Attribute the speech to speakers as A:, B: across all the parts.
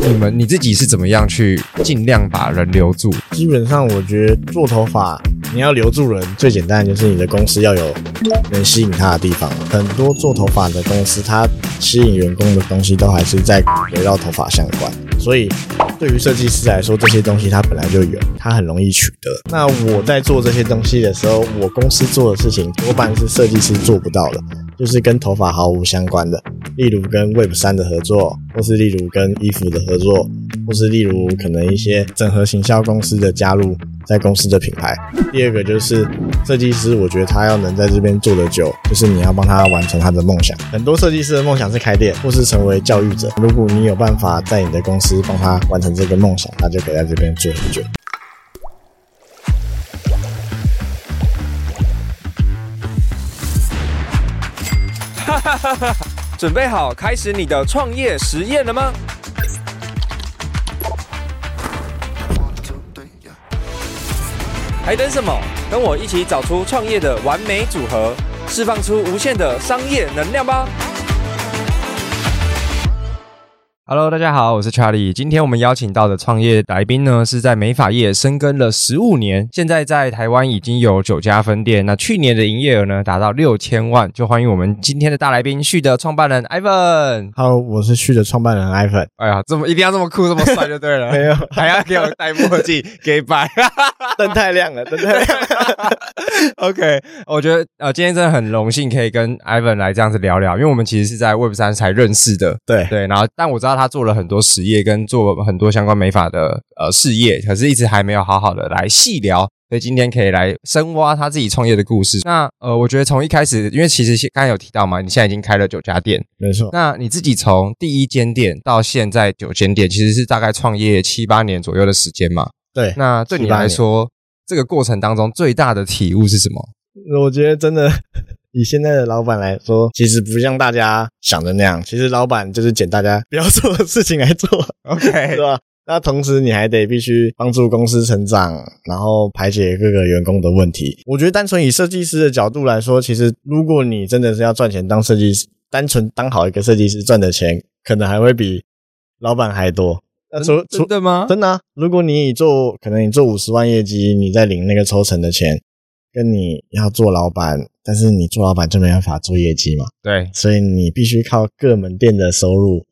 A: 你们你自己是怎么样去尽量把人留住？
B: 基本上我觉得做头发，你要留住人，最简单的就是你的公司要有能吸引他的地方。很多做头发的公司，它吸引员工的东西都还是在围绕头发相关，所以对于设计师来说，这些东西它本来就有，它很容易取得。那我在做这些东西的时候，我公司做的事情多半是设计师做不到的。就是跟头发毫无相关的，例如跟 Web 三的合作，或是例如跟衣服的合作，或是例如可能一些整合行销公司的加入，在公司的品牌。第二个就是设计师，我觉得他要能在这边做得久，就是你要帮他完成他的梦想。很多设计师的梦想是开店，或是成为教育者。如果你有办法在你的公司帮他完成这个梦想，他就可以在这边做很久。
C: 准备好开始你的创业实验了吗？还等什么？跟我一起找出创业的完美组合，释放出无限的商业能量吧！
A: Hello，大家好，我是 Charlie。今天我们邀请到的创业来宾呢，是在美发业深耕了十五年，现在在台湾已经有九家分店。那去年的营业额呢，达到六千万。就欢迎我们今天的大来宾旭的创办人 Ivan。
B: Hello，我是旭的创办人 iPhone。
A: 哎呀，这么一定要这么酷，这么帅就对了，
B: 没有，
A: 还要给我戴墨镜，给白。
B: 灯太亮了，灯太亮了。
A: OK，我觉得呃，今天真的很荣幸可以跟 Ivan 来这样子聊聊，因为我们其实是在 Web 三才认识的。
B: 对，
A: 对，然后但我知道他做了很多实业跟做很多相关美发的呃事业，可是一直还没有好好的来细聊。所以今天可以来深挖他自己创业的故事。那呃，我觉得从一开始，因为其实现刚才有提到嘛，你现在已经开了九家店，
B: 没错。
A: 那你自己从第一间店到现在九间店，其实是大概创业七八年左右的时间嘛。
B: 对，
A: 那对你
B: 18
A: 来
B: 年
A: 说，这个过程当中最大的体悟是什么？
B: 我觉得真的以现在的老板来说，其实不像大家想的那样。其实老板就是捡大家不要 做的事情来做，
A: OK，
B: 对吧？那同时你还得必须帮助公司成长，然后排解各个员工的问题。我觉得单纯以设计师的角度来说，其实如果你真的是要赚钱当设计师，单纯当好一个设计师赚的钱，可能还会比老板还多。那除除
A: 真的吗？
B: 真的、啊，如果你以做可能你做五十万业绩，你在领那个抽成的钱，跟你要做老板，但是你做老板就没办法做业绩嘛，
A: 对，
B: 所以你必须靠各门店的收入，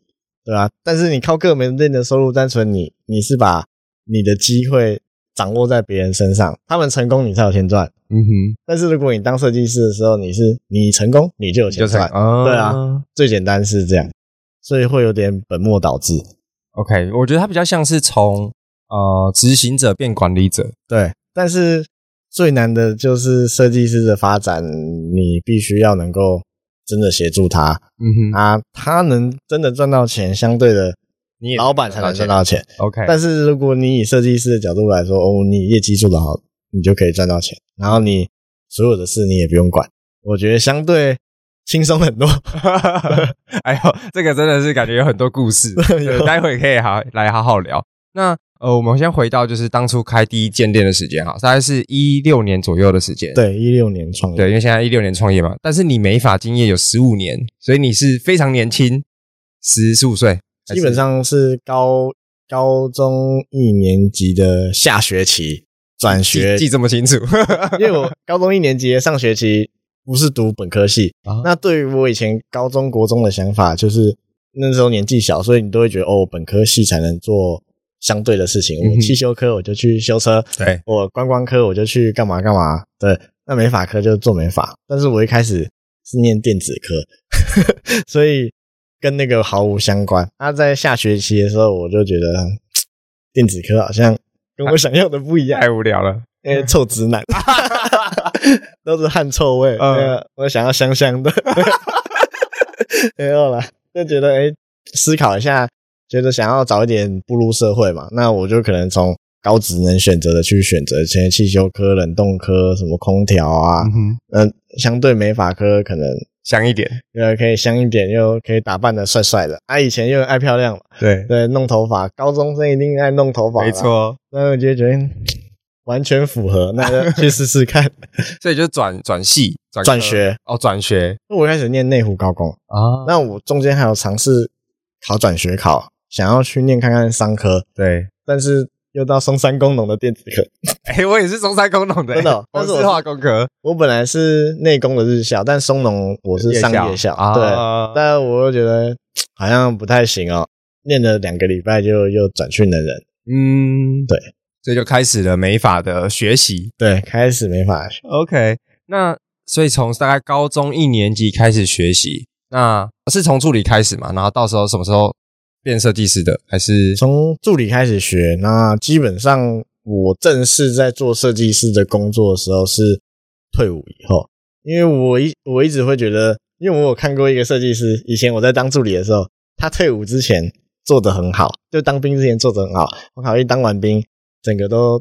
B: 对吧、但是你靠各门店的收入，单纯你你是把你的机会掌握在别人身上，他们成功你才有钱赚。
A: 嗯哼，
B: 但是如果你当设计师的时候，你是你成功你就有钱
A: 就是
B: 赚，
A: 啊
B: 对啊。最简单是这样，所以会有点本末倒置。
A: OK，我觉得他比较像是从呃执行者变管理者，
B: 对，但是最难的就是设计师的发展，你必须要能够真的协助他
A: 嗯哼，
B: 啊，他能真的赚到钱，相对的
A: 你也
B: 老板才能赚到钱。
A: OK，
B: 但是如果你以设计师的角度来说，哦，你业绩做得好，你就可以赚到钱，然后你所有的事你也不用管，我觉得相对轻松很多。
A: 哎呦，这个真的是感觉有很多故事，
B: 有
A: 对待会可以好来好好聊。那呃，我们先回到就是当初开第一间店的时间哈，大概是一六年左右的时间。
B: 对，一六年创业，
A: 对，因为现在一六年创业嘛，但是你美发经验有十五年，所以你是非常年轻，十十五岁，还是
B: 基本上是高高中一年级的下学期转
A: 记
B: 学
A: 记这么清楚。
B: 因为我高中一年级上学期不是读本科系，
A: 啊
B: 那对于我以前高中国中的想法，就是那时候年纪小，所以你都会觉得哦，我本科系才能做相对的事情。
A: 嗯
B: 我
A: 哼
B: 汽修科我就去修车，
A: 对，
B: 我观光科我就去干嘛干嘛，对，那美法科就做美法。但是我一开始是念电子科， 所以跟那个毫无相关。那在下学期的时候，我就觉得嗯电子科好像跟我想要的不一样。
A: 太无聊了。
B: 因为臭直 男，都是汗臭味。
A: 嗯
B: 呃，我想要香 香的，没有啦，就觉得哎、诶思考一下，觉得想要早一点步入社会嘛，那我就可能从高职能选择的去选择，现在汽修科、冷冻科、什么空调啊，
A: 嗯哼，
B: 嗯、相对美发科可能
A: 香一点。
B: 呃可以香一点，又可以打扮的帅帅的。啊，以前又爱漂亮嘛，
A: 对，
B: 对，弄头发，高中生一定爱弄头发，
A: 没。错。
B: 那我就觉得嗯完全符合，那就去试试看。
A: 所以就转转系、转科
B: 转学
A: 哦，转学
B: 我一开始念内湖高工，
A: 啊，
B: 那我中间还有尝试考转学考，想要去念看看商科，
A: 对，
B: 但是又到松山工农的电子科。
A: 哎，我也是中山工农的，欸
B: 真的哦
A: 我
B: 但是我
A: 是
B: 是
A: 化工科，
B: 我本来是内工的日校，但松农我是上夜校，对，
A: 啊，
B: 但我又觉得好像不太行哦。念了两个礼拜就又转去能人，
A: 嗯，
B: 对，
A: 所以就开始了美法的学习。
B: 对，开始没法学，
A: OK，那所以从大概高中一年级开始学习，那是从助理开始嘛？然后到时候什么时候变设计师的？还是
B: 从助理开始学。那基本上我正式在做设计师的工作的时候是退伍以后，因为我一我一直会觉得，因为我有看过一个设计师，以前我在当助理的时候，他退伍之前做得很好，就当兵之前做得很好，我考虑当完兵，整个都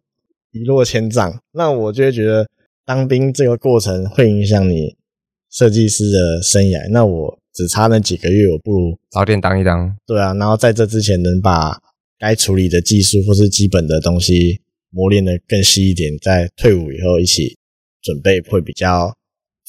B: 一落千丈。那我就会觉得当兵这个过程会影响你设计师的生涯。那我只差那几个月，我不如
A: 早点当一嗯当？
B: 对啊，然后在这之前能把该处理的技术或是基本的东西磨练的更细一点，在退伍以后一起准备会比较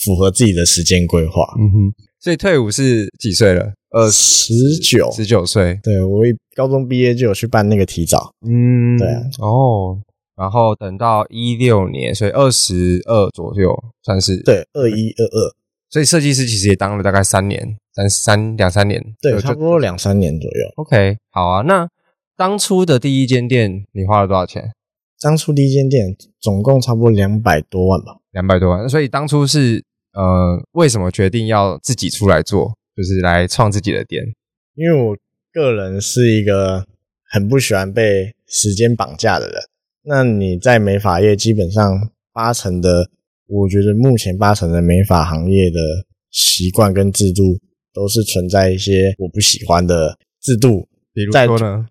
B: 符合自己的时间规划。
A: 嗯哼，所以退伍是几岁了？
B: 呃，十九，
A: 十九岁。
B: 对我一高中毕业就有去办那个提早，
A: 嗯，
B: 对啊
A: 哦。然后等到一六年，所以二十二左右算是。
B: 对，二一二二，
A: 所以设计师其实也当了大概三年，三三两三年。
B: 对，
A: 就
B: 差不多两三年左右。
A: OK，好啊。那当初的第一间店你花了多少钱？
B: 当初第一间店总共差不多两百多万吧，
A: 两百多万。所以当初是呃，为什么决定要自己出来做，就是来创自己的店？
B: 因为我个人是一个很不喜欢被时间绑架的人。那你在美发业基本上八成的，我觉得目前八成的美发行业的习惯跟制度都是存在一些我不喜欢的制度，
A: 比如
B: 在
A: 说呢，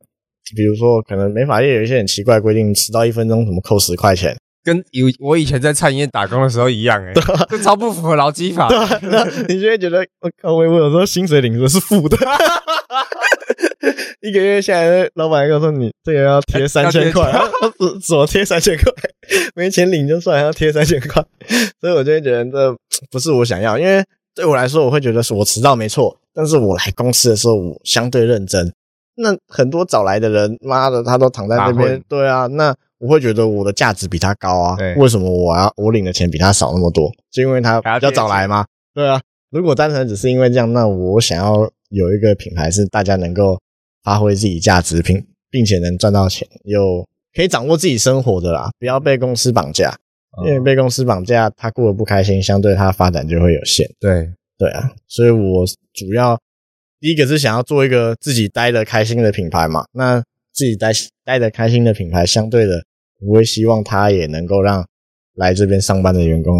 B: 比如说可能美发业有一些很奇怪的规定，迟到一分钟怎么扣十块钱，
A: 跟有我以前在餐饮业打工的时候一 样、欸，哎，这超不符合劳基法。
B: 对啊，那你就会觉得，我靠，我我有时候薪水领的是负的， 一个月下来，老板跟我说你这个要贴三千块，
A: 要
B: 我说怎么贴三千块？没钱领就算，还要贴三千块，所以我就会觉得这不是我想要，因为对我来说，我会觉得是我迟到没错，但是我来公司的时候，我相对认真。那很多早来的人，妈的，他都躺在那
A: 打
B: 边
A: 混，
B: 对啊，那我会觉得我的价值比他高啊
A: 对，
B: 为什么我要我领的钱比他少那么多？就因为他
A: 还要
B: 比较
A: 贴
B: 早来嘛，对啊，如果单纯只是因为这样，那我想要有一个品牌是大家能够发挥自己价值并并且能赚到钱，又可以掌握自己生活的啦，不要被公司绑架。因为
A: 嗯
B: 被公司绑架，他过得不开心，相对他的发展就会有限。
A: 对，
B: 对啊，所以我主要第一个是想要做一个自己待的开心的品牌嘛。那自己待待的开心的品牌，相对的，我会希望他也能够让来这边上班的员工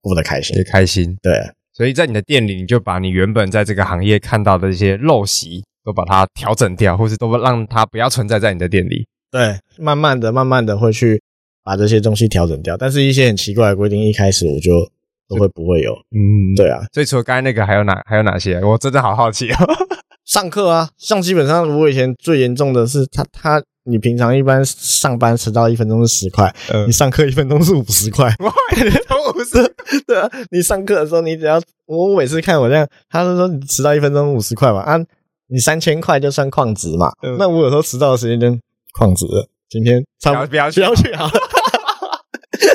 B: 过得开心
A: 也。开心。
B: 对啊，
A: 所以在你的店里，你就把你原本在这个行业看到的一些陋习，都把它调整掉，或是都让它不要存在在你的店里。
B: 对，慢慢的、慢慢的会去把这些东西调整掉，但是一些很奇怪的规定，一开始我就都会不会有。
A: 嗯，
B: 对啊，
A: 所以除了刚才那个，还有哪还有哪些？我真的好好奇 哦。
B: 上课啊，上基本上我以前最严重的是他他，你平常一般上班迟到一分钟是十块，
A: 嗯
B: 你上课一分钟是五十块。
A: 哇，你都五十，
B: 对啊，你上课的时候你只要我我每次看我这样，他是说你迟到一分钟五十块嘛啊，你三千块就算旷职嘛。
A: 嗯
B: 那我有时候迟到的时间就旷职了，今天差不多
A: 不要
B: 不要去好了。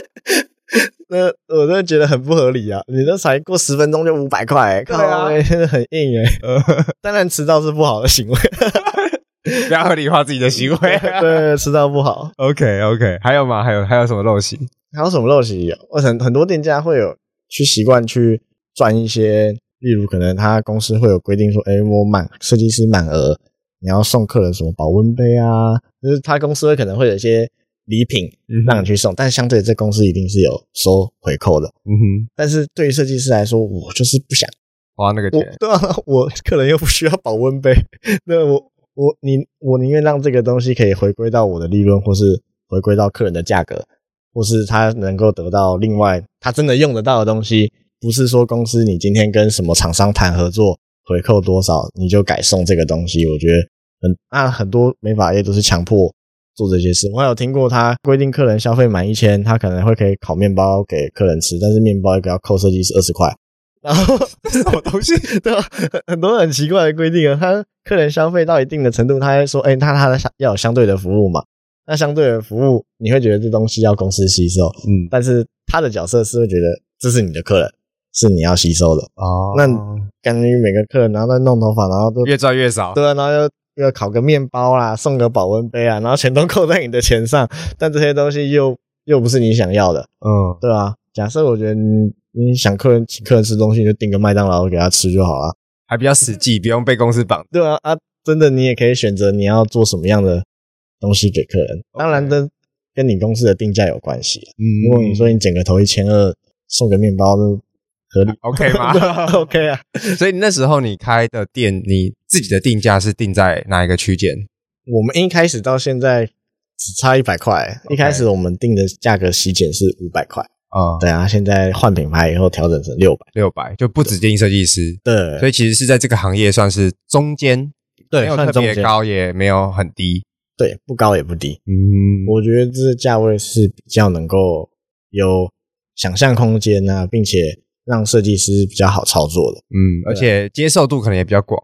B: 那我真的觉得很不合理啊！你这才过十分钟就五百块、欸，
A: 对啊嗯
B: 靠欸真的很硬哎、 当然迟到是不好的行为，
A: 不要合理化自己的行为。啊
B: 对，迟到不好。
A: OK OK，还有吗？还有还有什么陋习？
B: 还有什么陋习有？我很很多店家会有去习惯去赚一些，例如可能他公司会有规定说，哎、我满设计师满额，你要送客人什么保温杯啊，就是他公司会可能会有一些礼品
A: 嗯
B: 让你去送，但相对这公司一定是有收回扣的。
A: 嗯哼，
B: 但是对于设计师来说，我就是不想，
A: 花那个
B: 我
A: 钱，
B: 对啊，我客人又不需要保温杯，那我我你我宁愿让这个东西可以回归到我的利润，或是回归到客人的价格，或是他能够得到另外他真的用得到的东西，不是说公司你今天跟什么厂商谈合作回扣多少你就改送这个东西，我觉得很啊很多美发业都是强迫。做这些事，我还有听过他规定客人消费满一千，他可能会可以烤面包给客人吃，但是面包一个要扣设计师二十块，然后什么东西？对吧？很很多很奇怪的规定啊。他客人消费到一定的程度，他还说：“哎、那他的相要有相对的服务嘛？那相对的服务，你会觉得这东西要公司吸收，
A: 嗯，
B: 但是他的角色是会觉得这是你的客人，是你要吸收的。
A: 哦
B: 那感觉每个客人，然后在弄头发，然后都
A: 越赚越少，
B: 对啊，然后又又烤个面包啦，送个保温杯啊，然后全都扣在你的钱上， 但这些东西又又不是你想要的，
A: 嗯，
B: 对啊，假设我觉得你你想客人请客人吃东西，你就订个麦当劳给他吃就好了，
A: 还比较实际，不用被公司绑。
B: 对啊啊，真的你也可以选择你要做什么样的东西给客人，当然跟跟你公司的定价有关系啊。
A: 嗯
B: 如果你说你剪个头一千二，送个面包，那合理
A: OK 吗？
B: 对啊？OK 啊，
A: 所以那时候你开的店，你自己的定价是定在哪一个区间？
B: 我们一开始到现在只差一百块。一开始我们定的价格洗剪是五百块，
A: 啊、
B: 对啊，现在换品牌以后调整成六百。
A: 六百就不指定设计师，
B: 对，
A: 所以其实是在这个行业算是中间，
B: 对
A: 没有
B: 算
A: 特别
B: 中间
A: 高，也没有很低。
B: 对不高也不低，
A: 嗯，
B: 我觉得这价位是比较能够有想象空间啊，并且让设计师比较好操作的。
A: 嗯，而且接受度可能也比较广。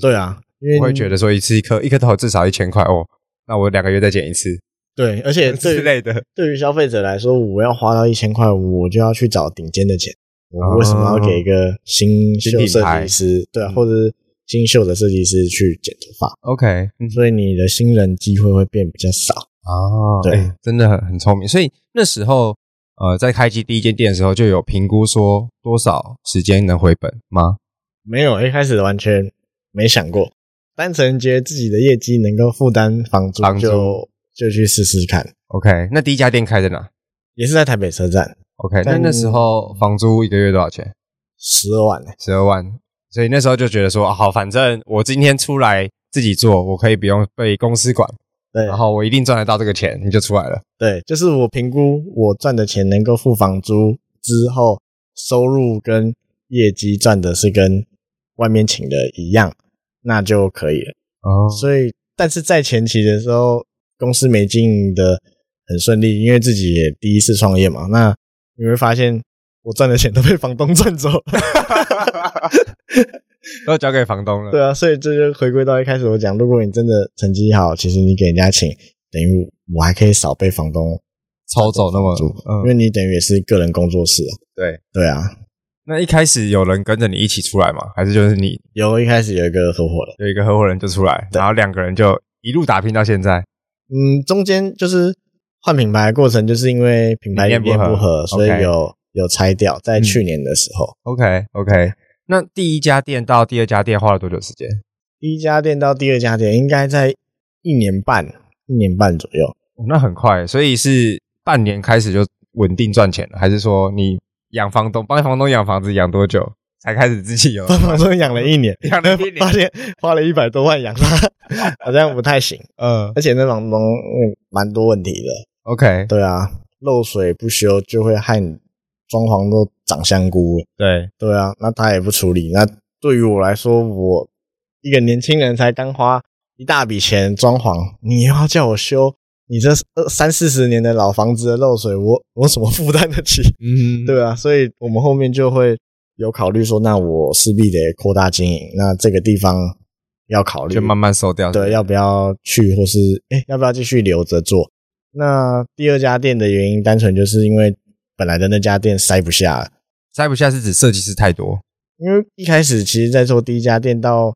B: 对啊，因为
A: 我会觉得说一次一颗一颗头至少一千块哦，那我两个月再剪一次
B: 对，而且对
A: 之
B: 于
A: 类的。
B: 对于消费者来说，我要花到一千块，我就要去找顶尖的钱。
A: 哦
B: 我为什么要给一个新
A: 新
B: 秀
A: 品
B: 设
A: 牌
B: 计师，对啊，
A: 嗯
B: 或者是新秀的设计师去剪头发？
A: OK，嗯
B: 所以你的新人机会会变比较少。
A: 啊，
B: 对
A: 哎真的很很聪明。所以那时候呃，在开机第一间店的时候，就有评估说多少时间能回本吗？
B: 没有，一开始完全没想过，单纯觉得自己的业绩能够负担房租
A: 房，租
B: 就就去试试看。
A: OK，那第一家店开在哪
B: 也是在台北车站，
A: ？OK，那
B: 但
A: 那时候房租一个月多少钱？
B: 十二万、欸，
A: 十二万。所以那时候就觉得说，啊好，反正我今天出来自己做，我可以不用被公司管，
B: 对
A: 然后我一定赚得到这个钱，你就出来了。
B: 对，就是我评估我赚的钱能够付房租之后，收入跟业绩赚的是跟外面请的一样，那就可以了。
A: 哦
B: 所以，但是在前期的时候，公司没经营的很顺利，因为自己也第一次创业嘛。那你会发现，我赚的钱都被房东赚走了。
A: 都交给房东了。
B: 对啊，所以这就回归到一开始我讲，如果你真的成绩好，其实你给人家请，等于我还可以少被房东
A: 抽走那么
B: 租，因
A: 嗯，
B: 为你等于也是个人工作室啊。
A: 对。
B: 对啊，
A: 那一开始有人跟着你一起出来吗？还是就是你
B: 有一开始有一个合伙人，
A: 有一个合伙人就出来，然后两个人就一路打拼到现在？
B: 嗯，中间就是换品牌的过程，就是因为品牌
A: 理
B: 理
A: 念
B: 念
A: 不合
B: 不合，所以
A: OK 嗯
B: 有有拆掉，在去年的时候，
A: OK OK，那第一家店到第二家店花了多久时间？
B: 第一家店到第二家店应该在一年半，一年半左右。
A: 哦那很快，所以是半年开始就稳定赚钱了，还是说你养房东帮房东养房子养多久才开始自己有？
B: 帮房东养了一年，
A: 养了一年
B: 发现花了一 百多万养他，好像不太行。
A: 嗯
B: 而且那房东嗯蛮多问题的，
A: ，OK，
B: 对啊，漏水不修就会害你装潢都长香菇了。
A: 对，
B: 对啊，那他也不处理。那对于我来说，我一个年轻人才刚花一大笔钱装潢，你又要叫我修你这二三四十年的老房子的漏水，我我怎么负担得起？
A: 嗯，
B: 对啊，所以我们后面就会有考虑说，那我势必得扩大经营，那这个地方要考虑
A: 就慢慢收掉。
B: 对，要不要去，或是哎、诶要不要继续留着做？那第二家店的原因，单纯就是因为本来的那家店塞不下了
A: 塞不下是指设计师太多。
B: 因为一开始其实，在做第一家店到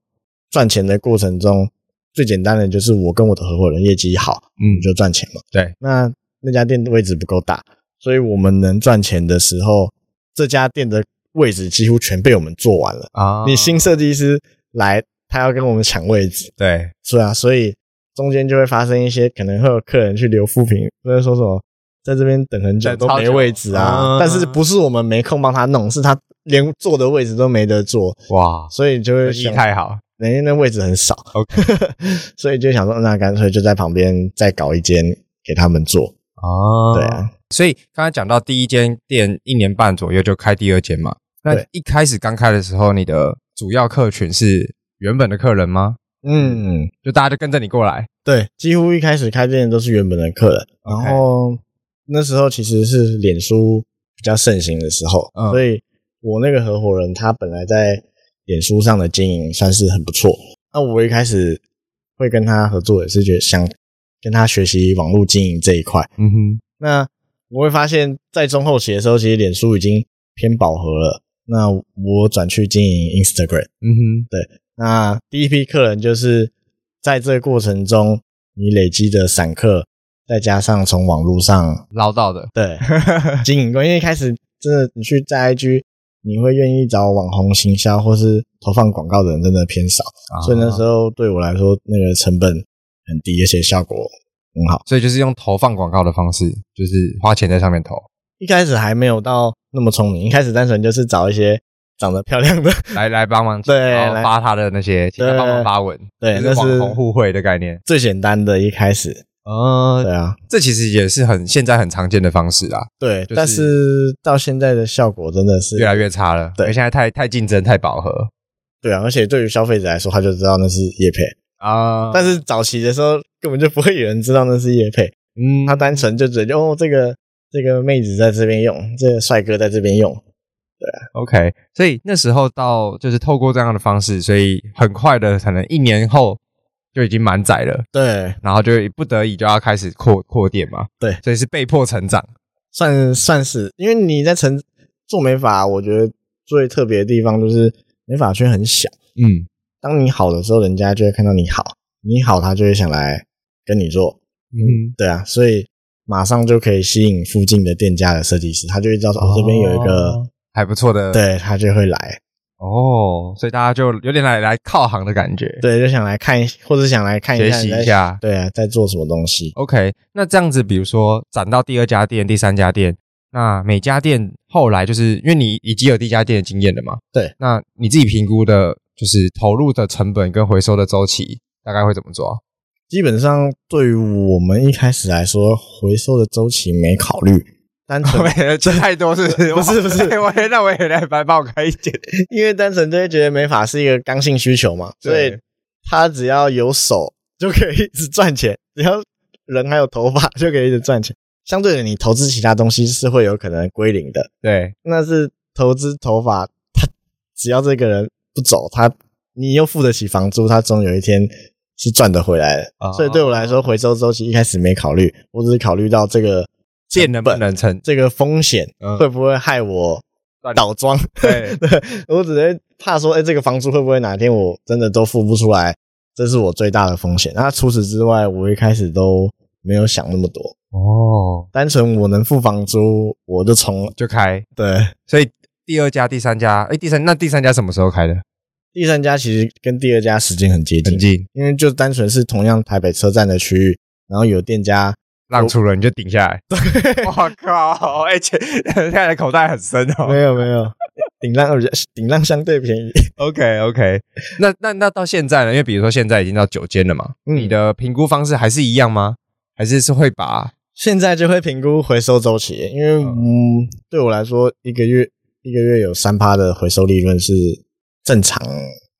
B: 赚钱的过程中，最简单的就是我跟我的合伙人业绩好，
A: 嗯
B: 你就赚钱嘛。
A: 对，
B: 那那家店的位置不够大，所以我们能赚钱的时候，这家店的位置几乎全被我们做完了。
A: 啊
B: 你新设计师来，他要跟我们抢位置，
A: 对，
B: 是啊，所以中间就会发生一些可能会有客人去留负评，或者说什么在这边等很久
A: 等
B: 都
A: 超
B: 没
A: 久
B: 位置啊
A: 嗯，
B: 但是不是我们没空帮他弄，是他连坐的位置都没得坐，
A: 哇，
B: 所以就会
A: 生意
B: 想，
A: 太好。啊
B: 人家那位置很少
A: OK
B: 所以就想说，那干脆就在旁边再搞一间给他们做，
A: 哦
B: 对，啊，
A: 所以刚才讲到第一间店一年半左右就开第二间嘛，那
B: 对
A: 一开始刚开的时候，你的主要客群是原本的客人吗？
B: 嗯，
A: 就大家就跟着你过来，
B: 对，几乎一开始开店的都是原本的客人，然
A: OK
B: 后那时候其实是脸书比较盛行的时候，
A: 嗯
B: 所以我那个合伙人他本来在脸书上的经营算是很不错，那我一开始会跟他合作也是觉得想跟他学习网络经营这一块。
A: 嗯哼，
B: 那我会发现，在中后期的时候，其实脸书已经偏饱和了。那我转去经营 Instagram，
A: 嗯哼，
B: 那第一批客人就是在这个过程中，你累积的散客，再加上从网络上
A: 捞到的，
B: 对 经营过，因为一开始真的你去在 IG，你会愿意找网红行销或是投放广告的人真的偏少，
A: 啊
B: 所以那时
A: 候，
B: 候对我来说，那个成本很低，而且效果很好。
A: 所以就是用投放广告的方式，就是花钱在上面投，
B: 一开始还没有到那么聪明，一开始单纯就是找一些长得漂亮的，
A: 来来帮忙，
B: 对
A: 然后
B: 来
A: 发他的那些，请他
B: 对
A: 帮忙发文，
B: 对，
A: 就
B: 那
A: 是网
B: 是
A: 红互惠的概念。
B: 最简单的一开始。对
A: 嗯，
B: 啊，
A: 这其实也是很现在很常见的方式啊，
B: 对，
A: 就是
B: 但是到现在的效果真的是
A: 越来越差了，
B: 对啊
A: 因为现在太太竞争太饱和
B: 对啊，而且对于消费者来说，他就知道那是叶配，
A: 啊
B: 但是早期的时候根本就不会有人知道那是叶配，
A: 嗯
B: 他单纯就觉得哦，这个这个妹子在这边用，这个帅哥在这边用，
A: OK，所以那时候到就是透过这样的方式，所以很快的，可能一年后就已经满载了，
B: 对，
A: 然后就不得已就要开始扩扩店嘛。
B: 对
A: 所以是被迫成长。
B: 算算是，因为你在成做美发，我觉得最特别的地方就是美发圈很小。
A: 嗯，
B: 当你好的时候，人家就会看到你好，你好，他就会想来跟你做。
A: 嗯，
B: 对啊，所以马上就可以吸引附近的店家的设计师，他就会知道说，哦，这边有一个，
A: 还不错的，
B: 对他就会来，
A: 哦，所以大家就有点来来靠行的感觉。
B: 对，就想来看一，或者想来看一
A: 学
B: 下，
A: 习一，下。
B: 对啊，在做什么东西。
A: OK，那这样子，比如说攒到第二家店、第三家店，那每家店后来就是因为你已经有第一家店的经验了嘛？
B: 对。
A: 那你自己评估的，就是投入的成本跟回收的周期，大概会怎么做啊？
B: 基本上对于我们一开始来说，回收的周期没考虑，单 纯
A: 这太多是不是？
B: 不 是不是
A: 我那我也来帮我开一间。
B: 因为单纯就会觉得美发是一个刚性需求嘛，
A: 对
B: 所以他只要有手就可以一直赚钱， 只要人还有头发就可以一直赚钱。相对的，你投资其他东西是会有可能归零的，
A: 对，
B: 那是投资头发，他只要这个人不走，他你又付得起房租，他总有一天是赚得回来的。
A: 哦
B: 所以对我来说，回收周期一开始没考虑，我只是考虑到这个
A: 店能不能 成？
B: 这个风险
A: 嗯
B: 会不会害我
A: 断
B: 倒装。
A: 对，
B: 对，我只是怕说，哎、这个房租会不会哪天我真的都付不出来？这是我最大的风险。那除此之外，我一开始都没有想那么多，
A: 哦，
B: 单纯我能付房租，我就从
A: 就开。
B: 对
A: 所以第二家、第三家，哎，第三那第三家什么时候开的？
B: 第三家其实跟第二家时间很接近，
A: 近，
B: 因为就单纯是同样台北车站的区域，然后有店家，
A: 让出了你就顶下来。 我靠，哎，且现在的口袋很深
B: 没
A: 哦。
B: 有没有，顶浪顶浪相对便宜，
A: OK OK，那那那到现在呢？因为比如说现在已经到九间了嘛，
B: 嗯
A: 你的评估方式还是一样吗？还是是会把
B: 现在就会评估回收周期，因为嗯，对我来说，一个月一个月有三趴的回收利润是正常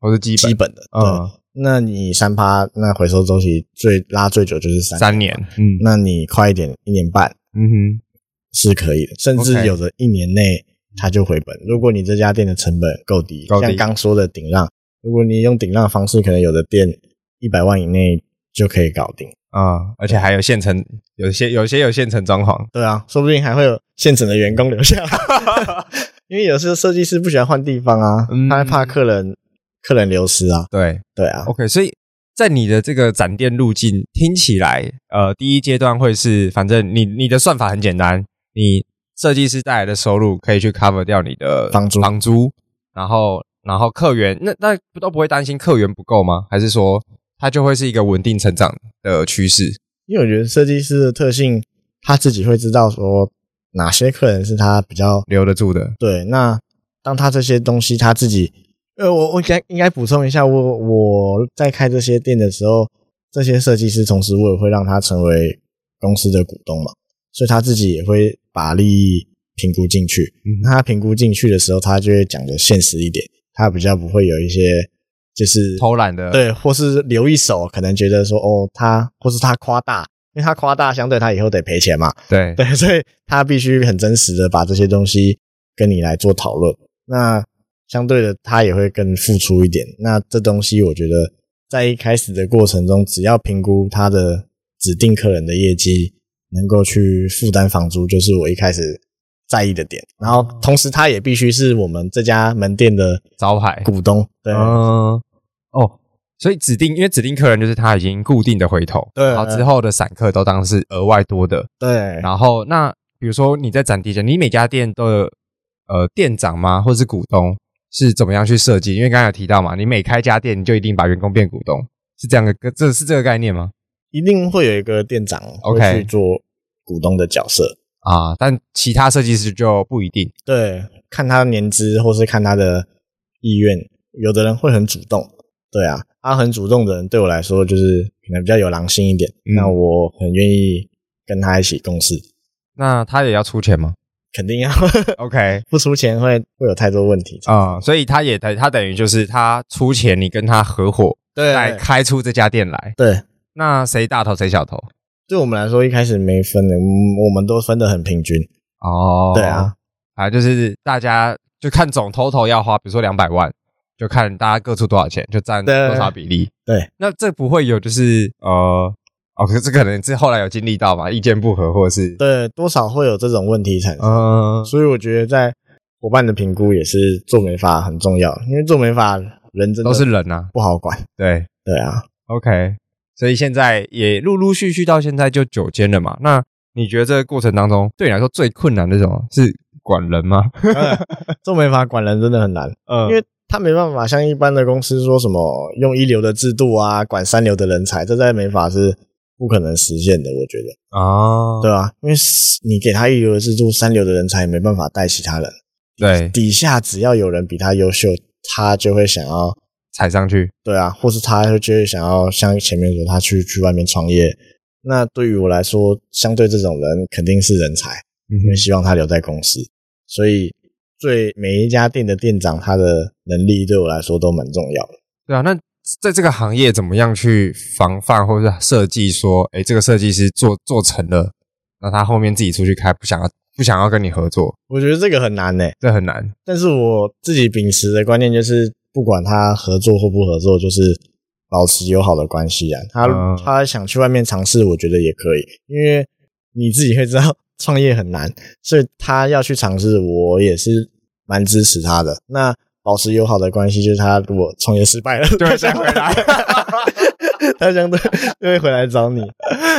A: 我是基
B: 基
A: 本
B: 本的。
A: 嗯
B: 嗯，那你三趴，那回收周期最拉最久就是三
A: 三年，嗯
B: 那你快一点，一年半
A: 嗯哼。
B: 是可以的，甚
A: OK
B: 至有的一年内它就回本。如果你这家店的成本够低，
A: 够低
B: 像刚说的顶浪，如果你用顶浪的方式，可能有的店一百万以内就可以搞定。
A: 啊、而且还有现成，有些有些有现成装潢，
B: 对啊，说不定还会有现成的员工留 下来，因为有时候设计师不喜欢换地方啊，
A: 嗯
B: 他害怕客人客人流失啊。
A: 对
B: 对啊，
A: ，OK，所以在你的这个展店路径听起来，呃，第一阶段会是，反正你你的算法很简单，你设计师带来的收入可以去 cover 掉你的
B: 房租
A: 房租，然后然后客源，那那不都不会担心客源不够吗？还是说它就会是一个稳定成长的趋势？
B: 因为我觉得设计师的特性，他自己会知道说哪些客人是他比较
A: 留得住的，
B: 对。那当他这些东西他自己，呃，我我应该应该补充一下，我我在开这些店的时候，这些设计师同时我也会让他成为公司的股东嘛，所以他自己也会把利益评估进去。那他评估进去的时候，他就会讲的现实一点，他比较不会有一些就是
A: 偷懒的，，
B: 对，或是留一手，可能觉得说哦，他或是他夸大，因为他夸大，相对他以后得赔钱嘛，
A: 对
B: 对，所以他必须很真实的把这些东西跟你来做讨论。那相对的，他也会更付出一点。那这东西，我觉得在一开始的过程中，只要评估他的指定客人的业绩能够去负担房租，就是我一开始在意的点。然后，同时他也必须是我们这家门店的
A: 招牌，
B: 股东，对，
A: 嗯，哦，所以指定因为指定客人就是他已经固定的回头，
B: 对
A: 然后之后的散客都当是额外多的，
B: 对，
A: 然后那比如说你在展地前，你每家店都有呃店长吗，或是股东是怎么样去设计？因为刚才有提到嘛，你每开一家店，你就一定把员工变股东，是这样的，这是这个概念吗？
B: 一定会有一个店长会
A: OK
B: 去做股东的角色。
A: 啊，但其他设计师就不一定
B: 对，看他年资或是看他的意愿，有的人会很主动，对啊，他、很主动的人对我来说就是可能比较有狼性一点，
A: 嗯
B: 那我很愿意跟他一起共事，
A: 那他也要出钱 吗
B: 肯定要
A: ？OK
B: 不出钱会会有太多问题
A: 啊、所以他也等他等于就是他出钱，你跟他合伙
B: 对
A: 来开出这家店来，
B: 对，
A: 那谁大头谁小头？
B: 对我们来说一开始没分的，嗯我们都分得很平均，
A: 哦，
B: 对啊，
A: 啊，就是大家就看总 total 要花，比如说两百万，就看大家各出多少钱，就占
B: 对
A: 多少比例。
B: 对，
A: 那这不会有就是呃，哦，可是这可能是后来有经历到嘛，意见不合或者是
B: 对，多少会有这种问题产生。
A: 嗯
B: 所以我觉得在伙伴的评估也是做美发很重要，因为做美发人真的
A: 都是人啊，
B: 不好管。
A: 对
B: 对啊，
A: ，OK，所以现在也陆陆续续到现在就九间了嘛。那你觉得这个过程当中对你来说最困难的是什么？是管人吗？
B: 做美发管人真的很难，
A: 嗯，
B: 呃因为他没办法像一般的公司说什么用一流的制度啊，管三流的人才，这在美发是不可能实现的，我觉得，
A: 啊，
B: 对啊，因为你给他一流的制度，三流的人才也没办法带其他人，
A: 对，
B: 底下只要有人比他优秀，他就会想要
A: 踩上去，
B: 对啊，或是他就会想要像前面说他去去外面创业。那对于我来说，相对这种人肯定是人才，
A: 嗯
B: 因为希望他留在公司。所以，对每一家店的店长，他的能力对我来说都蛮重要的。
A: 对啊，那在这个行业怎么样去防范或者是设计说，哎，这个设计师做做成了，那他后面自己出去开，不想要不想要跟你合作，
B: 我觉得这个很难欸呢、
A: 这很难。
B: 但是我自己秉持的观念就是，不管他合作或不合作，就是保持友好的关系啊。他、
A: 嗯
B: 他想去外面尝试，我觉得也可以，因为你自己会知道 创业很难，所以他要去尝试，我也是蛮支持他的。那保持友好的关系，就是他如果创业失败了，
A: 就会再回来
B: 他相对就会回来找你。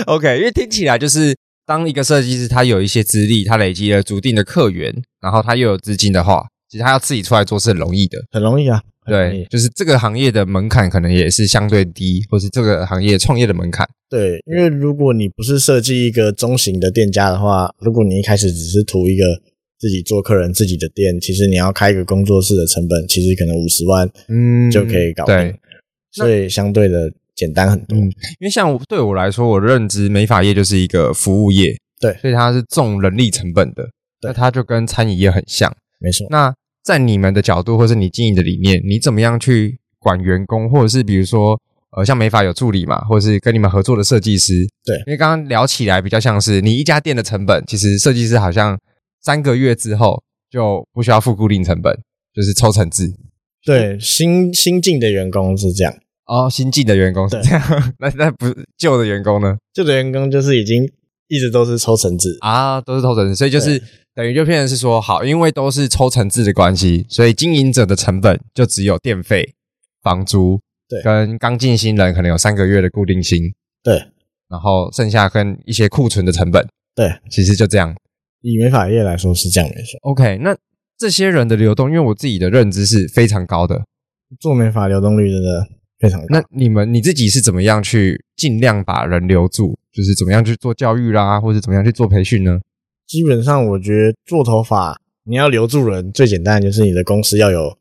A: OK，因为听起来就是当一个设计师他有一些资历，他累积了足定的客源，然后他又有资金的话，其实他要自己出来做是很容易的。
B: 很容易啊，很容易
A: 对，就是这个行业的门槛可能也是相对低，或是这个行业创业的门槛。
B: 对，因为如果你不是设计一个中型的店家的话，如果你一开始只是图一个自己做客人自己的店，其实你要开一个工作室的成本，其实可能五十万
A: 嗯
B: 就可以搞定，
A: 对，
B: 所以相对的简单很多。
A: 嗯因为像我对我来说，我认知美发业就是一个服务业，
B: 对
A: 所以它是重人力成本的，
B: 对
A: 那它就跟餐饮业很像。
B: 没错，
A: 那在你们的角度，或是你经营的理念，你怎么样去管员工，或者是比如说，呃，像美发有助理嘛，或者是跟你们合作的设计师，
B: 对
A: 因为刚刚聊起来比较像是你一家店的成本，其实设计师好像三个月之后就不需要付固定成本，就是抽成制。
B: 对新新进的员工是这样，
A: 哦，新进的员工是
B: 对
A: 这样， 那那不旧的员工呢？
B: 旧的员工就是已经一直都是抽成制，
A: 啊，都是抽成制，所以就是等于就变成是说，好，因为都是抽成制的关系，所以经营者的成本就只有电费、房租，
B: 对
A: 跟刚进新人可能有三个月的固定薪，
B: 对
A: 然后剩下跟一些库存的成本，
B: 对，
A: 其实就这样。
B: 以美发业来说是这样没错，
A: OK，那这些人的流动，因为我自己的认知是非常高的，
B: 做美发流动率真的非常高。
A: 那你们你自己是怎么样去尽量把人留住？就是怎么样去做教育啦，或者怎么样去做培训呢？嗯
B: 基本上我觉得做头发，你要留住人，最简单的就是你的公司要有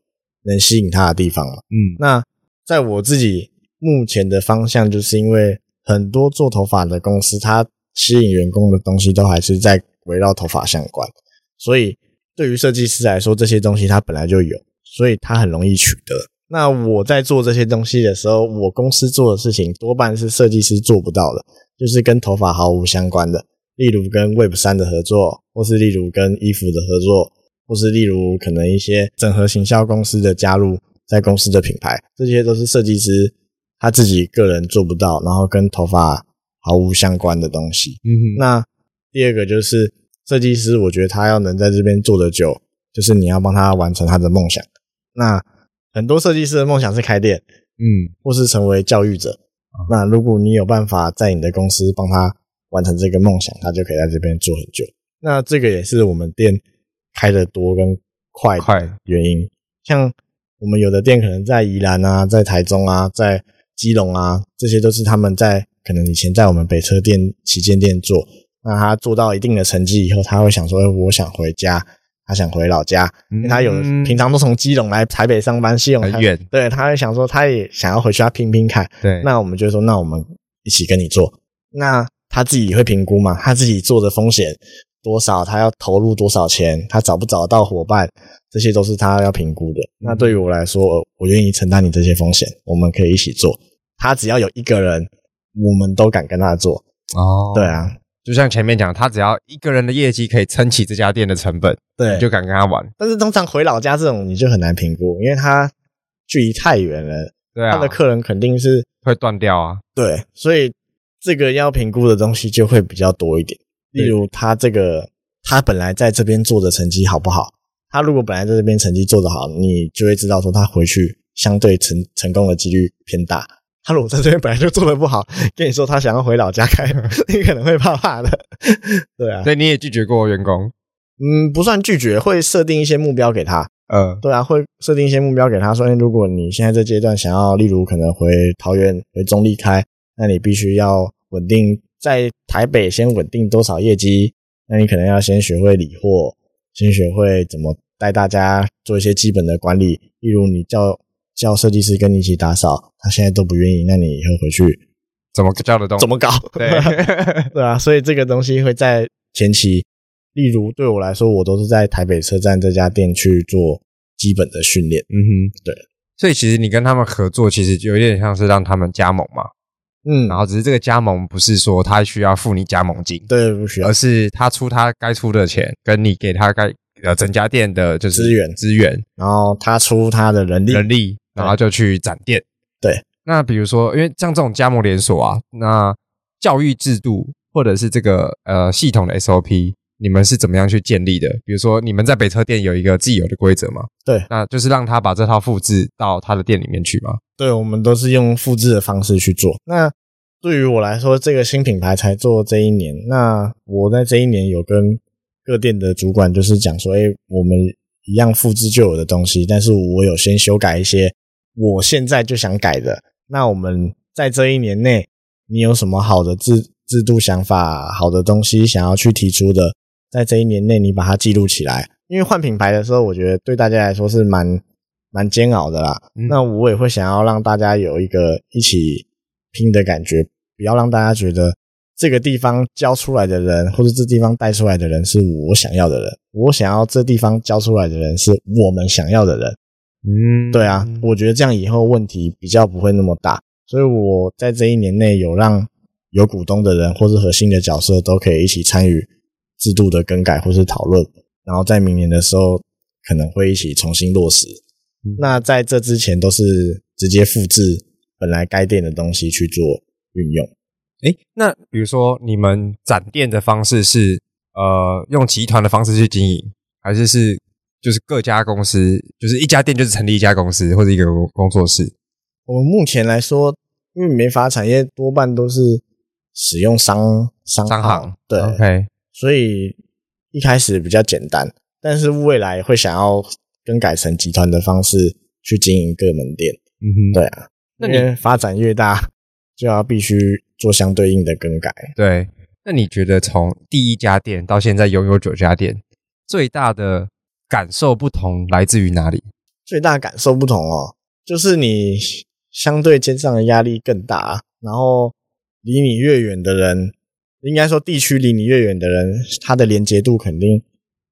B: 能吸引他的地方嘛。
A: 嗯，
B: 那在我自己目前的方向，就是因为很多做头发的公司，它吸引员工的东西都还是在围绕头发相关，所以对于设计师来说，这些东西它本来就有，所以它很容易取得。那我在做这些东西的时候，我公司做的事情多半是设计师做不到的，就是跟头发毫无相关的，例如跟 Web 三的合作，或是例如跟衣服的合作，或是例如可能一些整合行销公司的加入在公司的品牌，这些都是设计师他自己个人做不到，然后跟头发毫无相关的东西。
A: 嗯哼，
B: 那第二个就是设计师，我觉得他要能在这边做得久，就是你要帮他完成他的梦想。那很多设计师的梦想是开店，
A: 嗯，
B: 或是成为教育者。那如果你有办法在你的公司帮他完成这个梦想，他就可以在这边做很久。那这个也是我们店开的多跟快的
A: 快，
B: 原因。像我们有的店可能在宜兰啊，在台中啊，在基隆啊，这些都是他们在可能以前在我们北车店旗舰店做。那他做到一定的成绩以后，他会想说：“哎我想回家，他想回老家。”因为他有
A: 嗯
B: 平常都从基隆来台北上班，基隆
A: 很
B: 他
A: 远
B: 对，他会想说他也想要回去，他拼拼看。
A: 对，
B: 那我们就说，那我们一起跟你做。那他自己会评估嘛？他自己做的风险多少？他要投入多少钱？他找不找到伙伴？这些都是他要评估的。那对于我来说，呃我愿意承担你这些风险，我们可以一起做。他只要有一个人，我们都敢跟他做。
A: 哦，
B: 对，啊，
A: 就像前面讲，他只要一个人的业绩可以撑起这家店的成本，
B: 对
A: 你就敢跟他玩，
B: 但是通常回老家这种，你就很难评估，因为他距离太远了，
A: 对啊
B: 他的，客人肯定是
A: 会断掉啊，
B: 对，所以这个要评估的东西就会比较多一点。
A: 对
B: 例如他这个他本来在这边做的成绩好不好？他如果本来在这边成绩做得好，你就会知道说他回去相对成成功的几率偏大。他如果在这边本来就做得不好， 跟你说他想要回老家开， 你可能会怕怕的。 对啊，
A: 所以你也拒绝过员工，
B: 嗯，不算拒绝，会设定一些目标给他。
A: 呃，
B: 对啊，会设定一些目标给他说，哎，如果你现在这阶段想要，例如可能回桃园、回中立开，那你必须要稳定在台北先稳定多少业绩，那你可能要先学会理货，先学会怎么带大家做一些基本的管理，例如你叫叫设计师跟你一起打扫，他现在都不愿意，那你以后回去
A: 怎么叫得动？
B: 怎么搞？
A: 对
B: 对啊，所以这个东西会在前期，例如对我来说，我都是在台北车站这家店去做基本的训练。
A: 嗯哼，
B: 对。
A: 所以其实你跟他们合作，其实就有点像是让他们加盟嘛，
B: 嗯
A: 然后只是这个加盟不是说他需要付你加盟金，
B: 对，不需要
A: 而。是他出他该出的钱，跟你给他该呃整家店的就是
B: 资源
A: 资源
B: 然后他出他的人力，
A: 人力，然后就去展店。
B: 对，
A: 那比如说，因为像这种加盟连锁啊，那教育制度或者是这个呃系统的 SOP，你们是怎么样去建立的？比如说，你们在北车店有一个既有的规则嘛？
B: 对，
A: 那就是让他把这套复制到他的店里面去嘛。
B: 对我们都是用复制的方式去做。那对于我来说，这个新品牌才做这一年，那我在这一年有跟各店的主管就是讲说，哎，我们一样复制旧有的东西，但是我有先修改一些我现在就想改的。那我们在这一年内，你有什么好的制制度想法、好的东西想要去提出的，在这一年内你把它记录起来。因为换品牌的时候，我觉得对大家来说是蛮蛮煎熬的啦。
A: 嗯
B: 那我也会想要让大家有一个一起拼的感觉，不要让大家觉得这个地方教出来的人，或者这地方带出来的人是我想要的人，我想要这地方教出来的人是我们想要的人。
A: 嗯，
B: 对啊，我觉得这样以后问题比较不会那么大，所以我在这一年内有让有股东的人或是核心的角色都可以一起参与制度的更改或是讨论，然后在明年的时候可能会一起重新落实。
A: 嗯
B: 那在这之前都是直接复制本来该店的东西去做运用。
A: 诶，那比如说你们展店的方式是呃用集团的方式去经营，还是是就是各家公司，就是一家店就是成立一家公司或者一个工作室？
B: 我们目前来说，因为美发产业多半都是使用商商
A: 商
B: 号
A: 行
B: 对
A: OK，
B: 所以一开始比较简单，但是未来会想要更改成集团的方式去经营各门店。
A: 嗯哼，
B: 对啊，
A: 那
B: 因
A: 你
B: 为发展越大，就要必须做相对应的更改。
A: 对，那你觉得从第一家店到现在拥有九家店，最大的感受不同来自于哪里？
B: 最大感受不同哦，就是你相对肩上的压力更大，然后离你越远的人，应该说地区离你越远的人，他的连接度肯定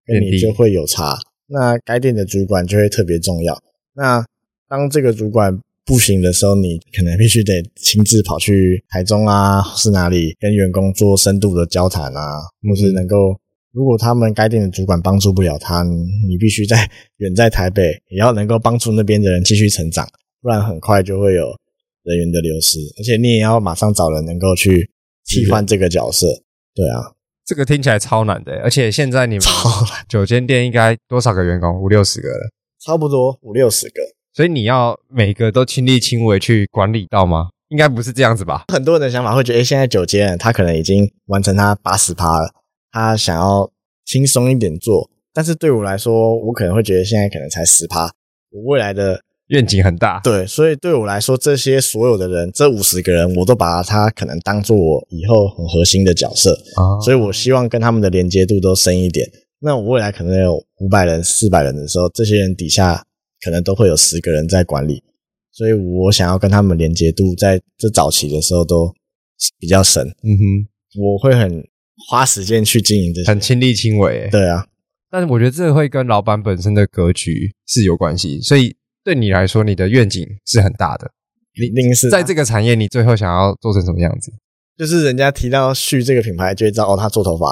B: 跟
A: 变低
B: 你就会有差。那该店的主管就会特别重要。那当这个主管不行的时候，你可能必须得亲自跑去台中啊，是哪里跟员工做深度的交谈啊，或是能够如果他们该店的主管帮助不了他， 你必须在远在台北，也要能够帮助那边的人继续成长，不然很快就会有人员的流失，而且你也要马上找人能够去替换这个角色。对啊，
A: 这个听起来超难的，而且现在你们
B: 超难，
A: 九间店应该多少个员工？五六十个了，
B: 差不多五六十个。
A: 所以你要每个都亲力亲为去管理到吗？应该不是这样子吧？
B: 很多人的想法会觉得，哎、现在九间他可能已经完成他八十趴了，他想要轻松一点做。但是对我来说，我可能会觉得现在可能才十趴，我未来的
A: 愿景很大，
B: 对，所以对我来说，这些所有的人，这五十个人，我都把他可能当做我以后很核心的角色，
A: 啊
B: 所以我希望跟他们的连接度都深一点。那我未来可能有五百人、四百人的时候，这些人底下可能都会有十个人在管理，所以我想要跟他们连接度在这早期的时候都比较深，
A: 嗯哼，
B: 我会很花时间去经营这些。
A: 很亲力亲为。欸
B: 对啊，
A: 但是我觉得这会跟老板本身的格局是有关系，所以对你来说，你的愿景是很大的。
B: 一定是啊
A: 在这个产业，你最后想要做成什么样子？
B: 就是人家提到旭这个品牌，就会知道哦，他做头发，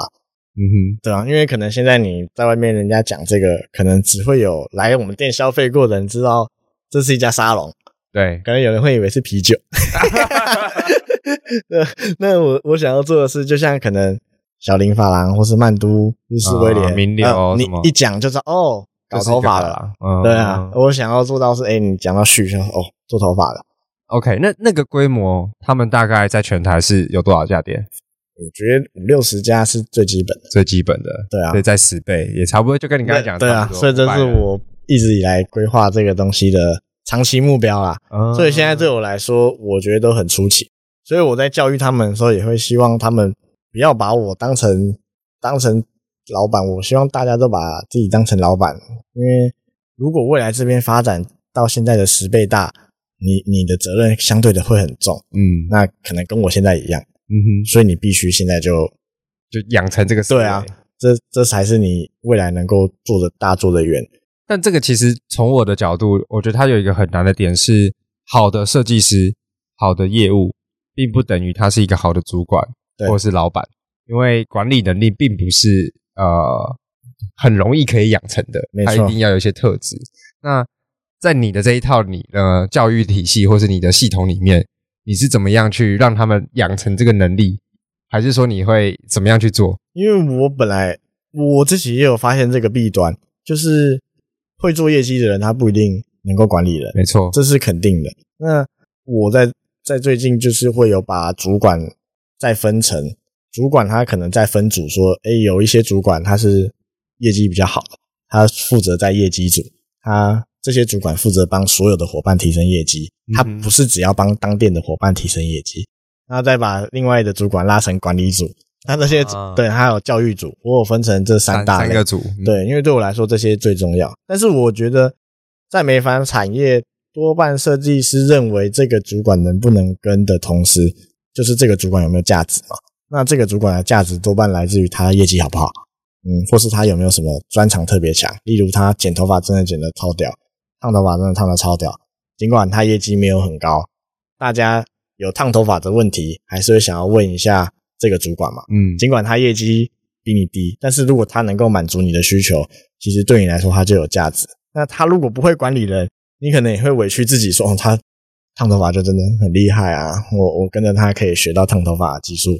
A: 嗯
B: 对啊，因为可能现在你在外面人家讲这个，可能只会有来我们店消费过的人知道这是一家沙龙，
A: 哼，对，
B: 可能有人会以为是啤酒。 那那我我想要做的是，就像可能小林发廊或是曼都、日式威廉、
A: 啊名流
B: 呃你
A: 什么
B: 一讲就知道哦，搞头发了。
A: 嗯
B: 对啊，
A: 嗯
B: 我想要做到是，哎，你讲到续上哦，做头发了。
A: OK，那那个规模，他们大概在全台是有多少家店？
B: 我觉得五六十家是最基本的。
A: 最基本的，
B: 对啊
A: 所以在十倍也差不多，就跟你刚才讲的
B: 对
A: 差
B: 啊，
A: 不多，
B: 所以这是
A: 500了，
B: 我一直以来规划这个东西的长期目标啦。
A: 嗯
B: 所以现在对我来说，我觉得都很出奇。所以我在教育他们的时候，也会希望他们不要把我当成当成老板。我希望大家都把自己当成老板，因为如果未来这边发展到现在的十倍大，你你的责任相对的会很重，
A: 嗯
B: 那可能跟我现在一样，
A: 嗯哼，
B: 所以你必须现在就
A: 就养成这个思维
B: 对啊。这这才是你未来能够做的大做的远。
A: 但这个其实从我的角度，我觉得它有一个很难的点是，好的设计师、好的业务，并不等于他是一个好的主管
B: 对
A: 或是老板，因为管理能力并不是呃很容易可以养成的
B: 没，
A: 他
B: 错
A: 一定要有一些特质。那在你的这一套你的教育体系或是你的系统里面，你是怎么样去让他们养成这个能力，还是说你会怎么样去做？
B: 因为我本来我自己也有发现这个弊端，就是会做业绩的人，他不一定能够管理人，
A: 没错，
B: 这是肯定的。那我在在最近就是会有把主管再分成，主管他可能在分组说，哎，有一些主管他是业绩比较好的，他负责在业绩组，他这些主管负责帮所有的伙伴提升业绩，他
A: 嗯哼
B: 不是只要帮当店的伙伴提升业绩，然后再把另外的主管拉成管理组。那这些、
A: 啊
B: 对，还有教育组，我有分成这三
A: 三
B: 大
A: 三
B: 类。
A: 个组，嗯，
B: 对，因为对我来说这些最重要。但是我觉得在美发产业，多半设计师认为这个主管能不能跟的同时，就是这个主管有没有价值嘛？那这个主管的价值多半来自于他业绩好不好，嗯，或是他有没有什么专长特别强，例如他剪头发真的剪得超屌，烫头发真的烫得超屌，尽管他业绩没有很高，大家有烫头发的问题，还是会想要问一下这个主管嘛？
A: 嗯，
B: 尽管他业绩比你低，但是如果他能够满足你的需求，其实对你来说他就有价值。那他如果不会管理人，你可能也会委屈自己说，哦，他烫头发就真的很厉害啊，我我跟着他可以学到烫头发的技术。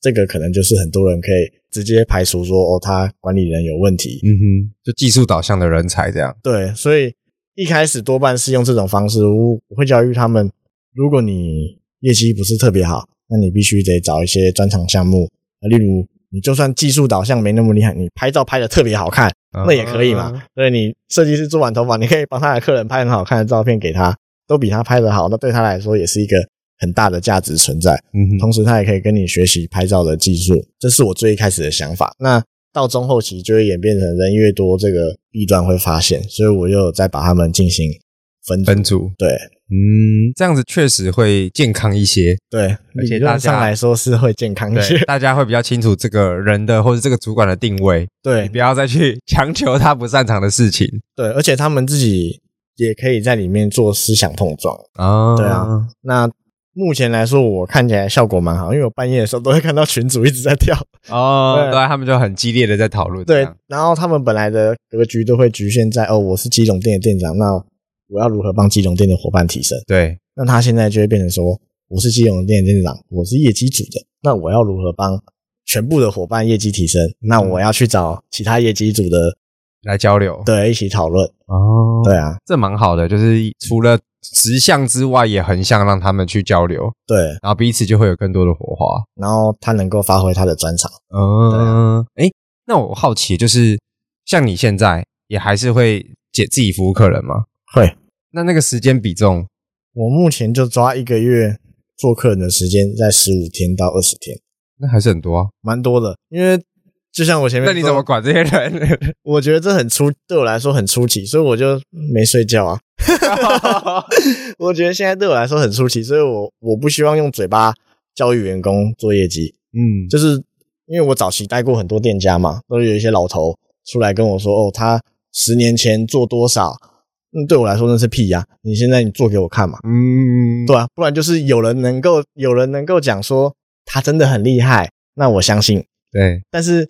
B: 这个可能就是很多人可以直接排除说，哦，他管理人有问题。
A: 嗯哼，就技术导向的人才这样。
B: 对，所以一开始多半是用这种方式，我我会教育他们，如果你业绩不是特别好，那你必须得找一些专长项目，啊例如你就算技术导向没那么厉害，你拍照拍的特别好看，
A: 啊
B: 那也可以
A: 嗯
B: 嘛。所以你设计师做完头发，你可以帮他的客人拍很好看的照片给他，都比他拍的好，那对他来说也是一个很大的价值存在。
A: 嗯哼，
B: 同时他也可以跟你学习拍照的技术，这是我最一开始的想法。那到中后期就会演变成人越多，这个弊端会发现，所以我又再把他们进行分组
A: 分组，
B: 对
A: 嗯，这样子确实会健康一些，
B: 对，
A: 而且
B: 理论
A: 大家
B: 上来说是会健康一些
A: 对，。大家会比较清楚这个人的或者这个主管的定位，
B: 对
A: 你不要再去强求他不擅长的事情
B: 对，而且他们自己也可以在里面做思想碰撞。
A: 啊
B: 对啊，那目前来说，我看起来效果蛮好，因为我半夜的时候都会看到群主一直在跳。
A: 哦，
B: 对
A: 对啊，他们就很激烈的在讨论这
B: 对
A: 样。，
B: 然后他们本来的格局都会局限在哦，我是基隆店的店长，那我要如何帮基隆店的伙伴提升？
A: 对
B: 那他现在就会变成说，我是基隆店的店长，我是业绩组的，那我要如何帮全部的伙伴业绩提升？那
A: 嗯
B: 我要去找其他业绩组的
A: 来交流。
B: 对一起讨论。
A: 哦，
B: 对啊，
A: 这蛮好的，就是除了直向之外，也横向让他们去交流，
B: 对，
A: 然后彼此就会有更多的火花。
B: 然后他能够发挥他的专长。
A: 嗯，哎，那我好奇，就是像你现在也还是会解自己服务客人吗？
B: 会，
A: 那那个时间比重，
B: 我目前就抓一个月做客人的时间在十五天到二十天，
A: 那还是很多、啊。
B: 蛮多的。因为就像我前面，
A: 那你怎么？管这些人？
B: 我觉得这很出，对我来说很出奇，所以我就没睡觉啊。我觉得现在对我来说很出奇，所以我我不希望用嘴巴教育员工做业绩，
A: 嗯，
B: 就是因为我早期带过很多店家嘛，都有一些老头出来跟我说，哦，他十年前做多少，嗯，对我来说那是屁呀、你现在你做给我看嘛，
A: 嗯，
B: 对啊，不然就是有人能够有人能够讲说他真的很厉害，那我相信。
A: 对，
B: 但是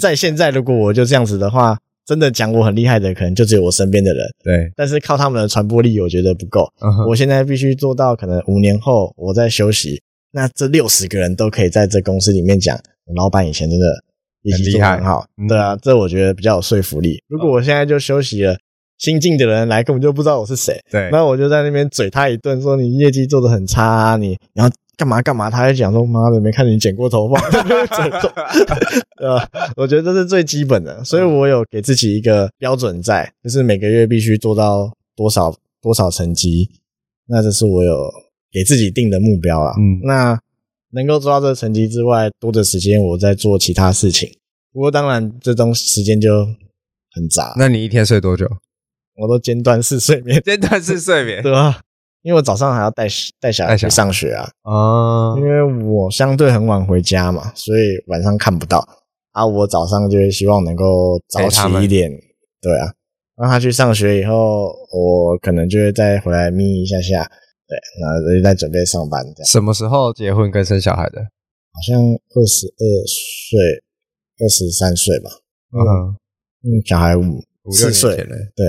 B: 在现在，如果我就这样子的话，真的讲我很厉害的，可能就只有我身边的人。
A: 对，
B: 但是靠他们的传播力，我觉得不够。
A: 嗯哼
B: 我现在必须做到，可能五年后我在休息，那这六十个人都可以在这公司里面讲，老板以前真的业绩做得很
A: 很
B: 好
A: 厉害嗯。
B: 对啊，这我觉得比较有说服力。如果我现在就休息了，新进的人来根本就不知道我是谁，
A: 对，
B: 那我就在那边嘴他一顿，说你业绩做的很差、啊，你然后干嘛干嘛，他还讲说妈的没看你剪过头发， 整种呃，我觉得这是最基本的，所以我有给自己一个标准在，就是每个月必须做到多少多少成绩，那这是我有给自己定的目标啊。
A: 嗯
B: 那能够做到这个成绩之外，多的时间我在做其他事情，不过当然这东时间就很杂，
A: 那你一天睡多 久？
B: 我都间断式睡眠。
A: 间断式睡眠
B: 对啊，因为我早上还要带带小
A: 带小
B: 孩去
A: 孩
B: 上学啊，
A: 啊
B: 因为我相对很晚回家嘛，所以晚上看不到啊。我早上就会希望能够早
A: 陪他们
B: 起一点，对啊。让他去上学以后，我可能就会再回来眯一下下，对，然后就再准备上班这样。
A: 什么时候结婚跟生小孩的？
B: 好像二十二岁、二十三岁吧，
A: 嗯，
B: 嗯，小孩五
A: 五六
B: 四
A: 年
B: 岁
A: 前，了。
B: 对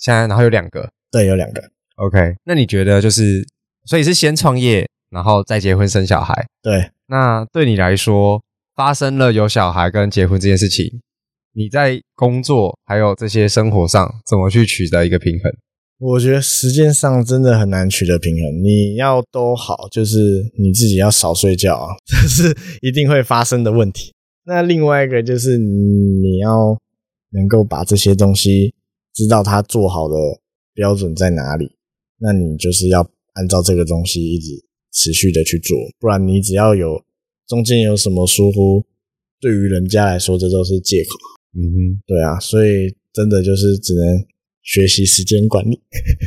A: 现在然后有两个
B: 对，有两个，
A: ，OK。那你觉得就是，所以是先创业，然后再结婚生小孩？
B: 对，
A: 那对你来说，发生了有小孩跟结婚这件事情，你在工作还有这些生活上怎么去取得一个平衡？
B: 我觉得时间上真的很难取得平衡，你要都好，就是你自己要少睡觉啊， 这是一定会发生的问题。那另外一个就是你要能够把这些东西知道它做好的标准在哪里，那你就是要按照这个东西一直持续的去做，不然你只要有中间有什么疏忽，对于人家来说这都是借口。
A: 嗯
B: 对啊，所以真的就是只能学习时间管理。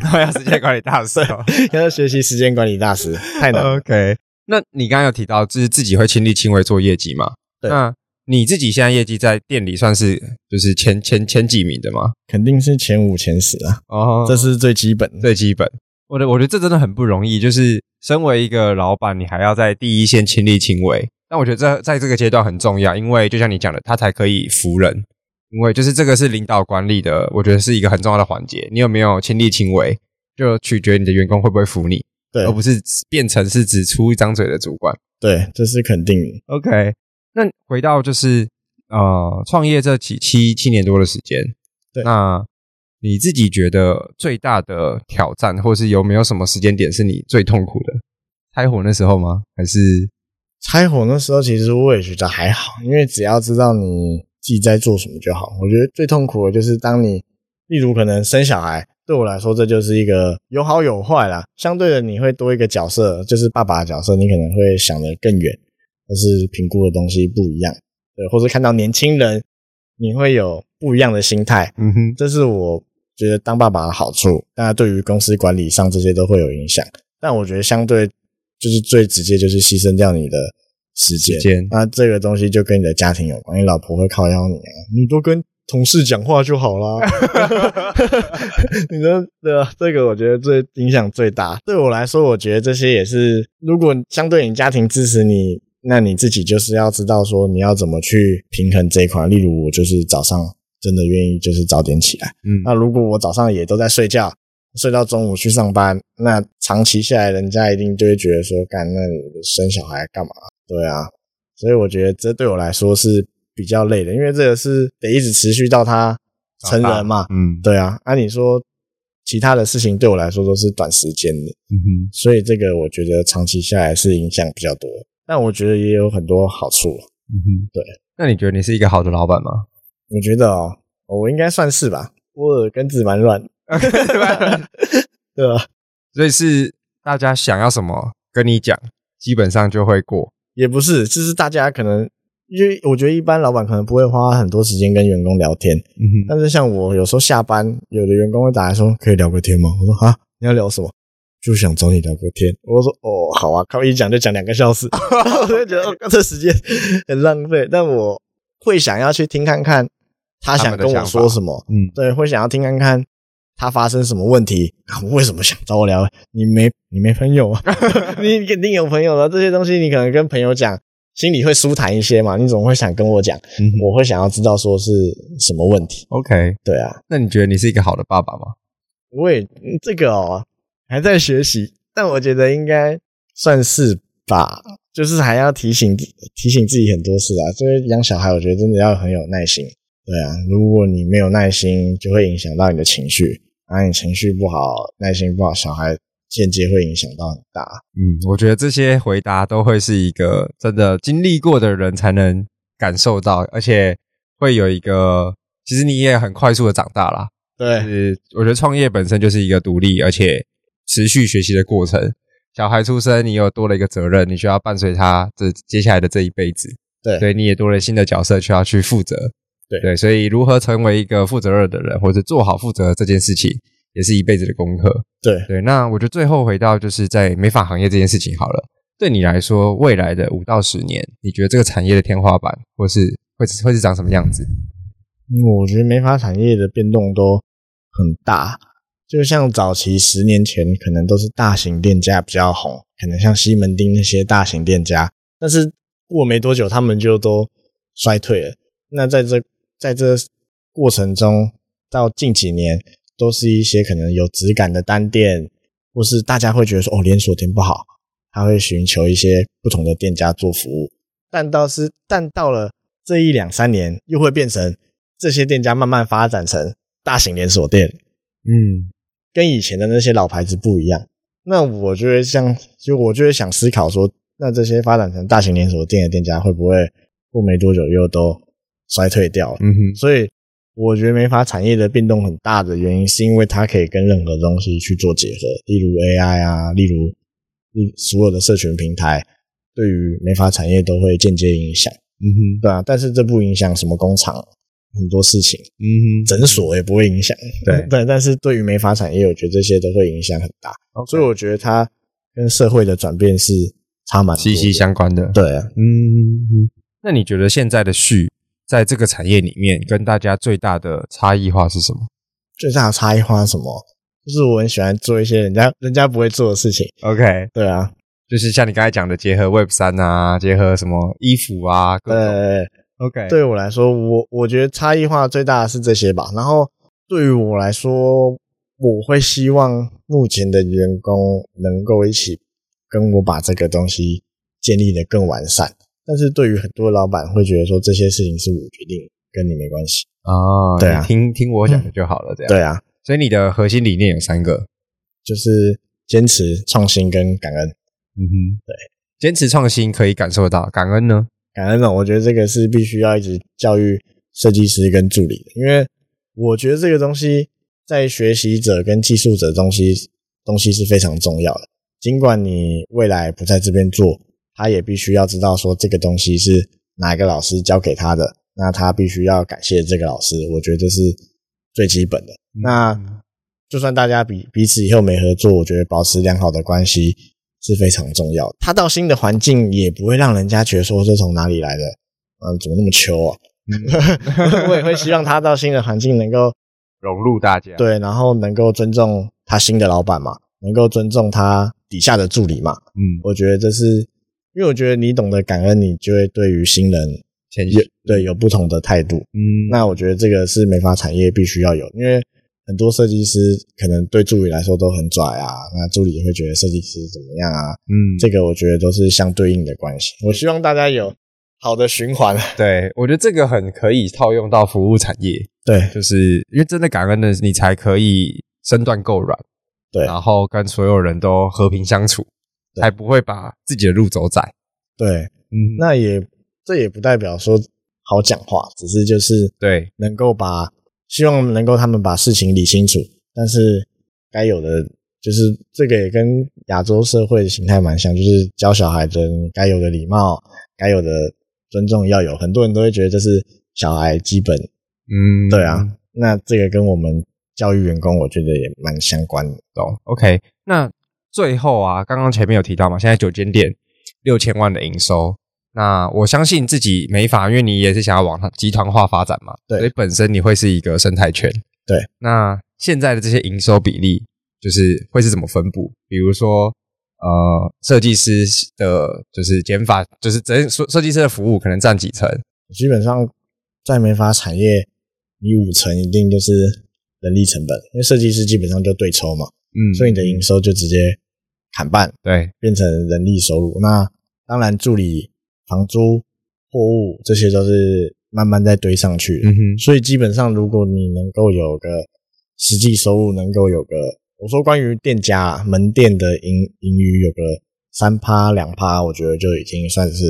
A: 哼， 我要时间管理大 师哦。
B: 要学习时间管理大师，太
A: 呃
B: 难了。
A: OK，那你刚刚有提到，就是自己会亲力亲为做业绩嘛？
B: 对
A: 那你自己现在业绩在店里算是就是前前前几名的吗？
B: 肯定是前五前十啊，
A: 哦
B: 这是最基本的。
A: 最基本。我的我觉得这真的很不容易，就是身为一个老板，你还要在第一线亲力亲为。但我觉得这在这个阶段很重要，因为就像你讲的，他才可以服人。因为就是这个是领导管理的，我觉得是一个很重要的环节。你有没有亲力亲为，就取决你的员工会不会服你，
B: 对
A: 而哦不是变成是只出一张嘴的主管。
B: 对，这是肯定的。
A: OK，那回到就是呃，创业这几七七年多的时间，
B: 对
A: 那你自己觉得最大的挑战，或是有没有什么时间点是你最痛苦的？拆火那时候吗？还是
B: 拆火那时候其实我也觉得还好，因为只要知道你自己在做什么就好。我觉得最痛苦的就是当你，例如可能生小孩，对我来说这就是一个有好有坏啦。相对的，你会多一个角色，就是爸爸的角色，你可能会想得更远，或是评估的东西不一样，对，或是看到年轻人，你会有不一样的心态。
A: 嗯哼，
B: 这是我觉得当爸爸的好处。当然，对于公司管理上这些都会有影响，但我觉得相对就是最直接就是牺牲掉你的时间。
A: 时间
B: 那这个东西就跟你的家庭有关，你老婆会靠邀你啊，你多跟同事讲话就好啦。 你的的这个，我觉得最影响最大。对我来说，我觉得这些也是，如果相对你家庭支持你，那你自己就是要知道说你要怎么去平衡这一块。例如，我就是早上真的愿意就是早点起来，
A: 嗯
B: 那如果我早上也都在睡觉，睡到中午去上班，那长期下来，人家一定就会觉得说，干，那你生小孩干嘛？对啊，所以我觉得这对我来说是比较累的，因为这个是得一直持续到他成人嘛。
A: 嗯
B: 对啊，按、你说其他的事情对我来说都是短时间的，
A: 嗯哼，
B: 所以这个我觉得长期下来是影响比较多，但我觉得也有很多好处。啊
A: 嗯哼，
B: 对。
A: 那你觉得你是一个好的老板吗？
B: 我觉得哦，我应该算是吧，我耳根子蛮软的，对吧、
A: 所以是大家想要什么跟你讲，基本上就会过。
B: 也不是，就是大家可能，因为我觉得一般老板可能不会花很多时间跟员工聊天，
A: 嗯
B: 但是像我有时候下班，有的员工会打来说可以聊个天吗？我说啊，你要聊什么？就想找你聊个天。我说哦，好啊，靠，一讲就讲两个小 时，我就觉得、哦、这时间 很浪费。但我会想要去听看看他想跟我说什么，
A: 嗯
B: 对，会想要听看看他发生什么问题，啊、为什么想找我聊？你没你没朋友啊？ 你肯定有朋友的，啊这些东西你可能跟朋友讲，心里会舒坦一些嘛。你总会想跟我讲，
A: 嗯哼
B: 我会想要知道说是什么问题。
A: ，OK。
B: 对啊，
A: 那你觉得你是一个好的爸爸吗？
B: 我也嗯这个哦还在学习，但我觉得应该算是吧，就是还要提醒提醒自己很多事啊。所以养小孩，我觉得真的要很有耐心。对啊，如果你没有耐心，就会影响到你的情绪，然后你情绪不好，耐心不好，小孩间接会影响到很大。
A: 嗯，我觉得这些回答都会是一个真的经历过的人才能感受到，而且会有一个，其实你也很快速的长大啦。就
B: 对，
A: 是我觉得创业本身就是一个独立而且持续学习的过程。小孩出生，你有多了一个责任，你需要伴随他这接下来的这一辈子。
B: 对
A: 所以你也多了新的角色需要去负责。
B: 对
A: 对，所以如何成为一个负责任的人，或者做好负责这件事情，也是一辈子的功课。
B: 对，
A: 对，那我觉得最后回到就是在美发行业这件事情好了。对你来说，未来的五到十年，你觉得这个产业的天花板，或是会是会是长什么样子？
B: 因为我觉得美发产业的变动都很大，就像早期十年前可能都是大型店家比较红，可能像西门町那些大型店家，但是过没多久他们就都衰退了。那在这在这过程中，到近几年都是一些可能有质感的单店，或是大家会觉得说哦连锁店不好，他会寻求一些不同的店家做服务。但到是但到了这一两三年，又会变成这些店家慢慢发展成大型连锁店，
A: 嗯
B: 跟以前的那些老牌子不一样。那我就会像，就我就会想思考说，那这些发展成大型连锁店的店家，会不会过没多久又都衰退掉了？
A: 嗯哼，
B: 所以我觉得美发产业的变动很大的原因，是因为它可以跟任何东西去做结合，例如 AI 啊，例如例所有的社群平台，对于美发产业都会间接影响，
A: 嗯哼，
B: 对啊，但是这不影响什么工厂很多事情，
A: 嗯哼，
B: 诊所也不会影响，
A: 对
B: 对，但是对于美发产业，我觉得这些都会影响很大，所以我觉得它跟社会的转变是差蛮多的
A: 息息相关的。
B: 对啊，
A: 嗯，那你觉得现在的旭在这个产业里面跟大家最大的差异化是什么
B: 最大的差异化是什么？就是我很喜欢做一些人家人家不会做的事情，
A: ？OK，
B: 对啊，
A: 就是像你刚才讲的，结合 Web 三啊，结合什么衣服啊，各种
B: 对，
A: OK，
B: 对我来说，我我觉得差异化最大的是这些吧。然后对于我来说，我会希望目前的员工能够一起跟我把这个东西建立的更完善。但是对于很多老板会觉得说这些事情是我决定，跟你没关系。
A: 啊，
B: 对啊
A: 你听听我讲的就好了，这样。
B: 对啊，
A: 所以你的核心理念有三个，
B: 就是坚持创新跟感恩。
A: 嗯哼，对，坚持创新可以感受到，感恩呢，
B: 感恩呢，哦我觉得这个是必须要一直教育设计师跟助理的，因为我觉得这个东西在学习者跟技术者东西东西是非常重要的。尽管你未来不在这边做，他也必须要知道说这个东西是哪个老师教给他的，那他必须要感谢这个老师，我觉得这是最基本的。那就算大家彼彼此以后没合作，我觉得保持良好的关系是非常重要的。他到新的环境也不会让人家觉得说这从哪里来的，嗯，怎么那么糗啊？ 我也会希望他到新的环境能够
A: 融入大家。，
B: 对，然后能够尊重他新的老板嘛，能够尊重他底下的助理嘛。
A: 嗯，
B: 我觉得这是，因为我觉得你懂得感恩，你就会对于新人
A: 前
B: 有对有不同的态度。
A: 嗯，
B: 那我觉得这个是美发产业必须要有，因为很多设计师可能对助理来说都很拽啊，那助理也会觉得设计师怎么样啊，
A: 嗯，
B: 这个我觉得都是相对应的关系。我希望大家有好的循环。啊
A: 对我觉得这个很可以套用到服务产业，
B: 对
A: 就是因为真的感恩的你才可以身段够软，
B: 对
A: 然后跟所有人都和平相处，
B: 对
A: 才不会把自己的路走窄。
B: 对，
A: 嗯，
B: 那也这也不代表说好讲话，只是就是
A: 对
B: 能够把希望能够他们把事情理清楚，但是该有的就是这个也跟亚洲社会的形态蛮像，就是教小孩子该有的礼貌、该有的尊重要有。很多人都会觉得这是小孩基本，
A: 嗯，
B: 对啊，那这个跟我们教育员工，我觉得也蛮相关的。
A: 懂。OK，那最后啊，刚刚前面有提到嘛，现在九间店六千万的营收，那我相信自己美发，因为你也是想要往它集团化发展嘛，
B: 对
A: 所以本身你会是一个生态圈。
B: 对，
A: 那现在的这些营收比例就是会是怎么分布？比如说。呃，设计师的就是减法，就是整设设计师的服务可能占几成？
B: 基本上在美发产业，你五成一定就是人力成本，因为设计师基本上就对抽嘛，
A: 嗯
B: 所以你的营收就直接砍半。
A: 对，
B: 变成人力收入。那当然，助理、房租、货物这些都是慢慢在堆上去
A: 嗯
B: 的。
A: 哼，
B: 所以基本上，如果你能够有个实际收入，能够有个我说关于店家啊门店的盈盈余有个三趴两趴，我觉得就已经算是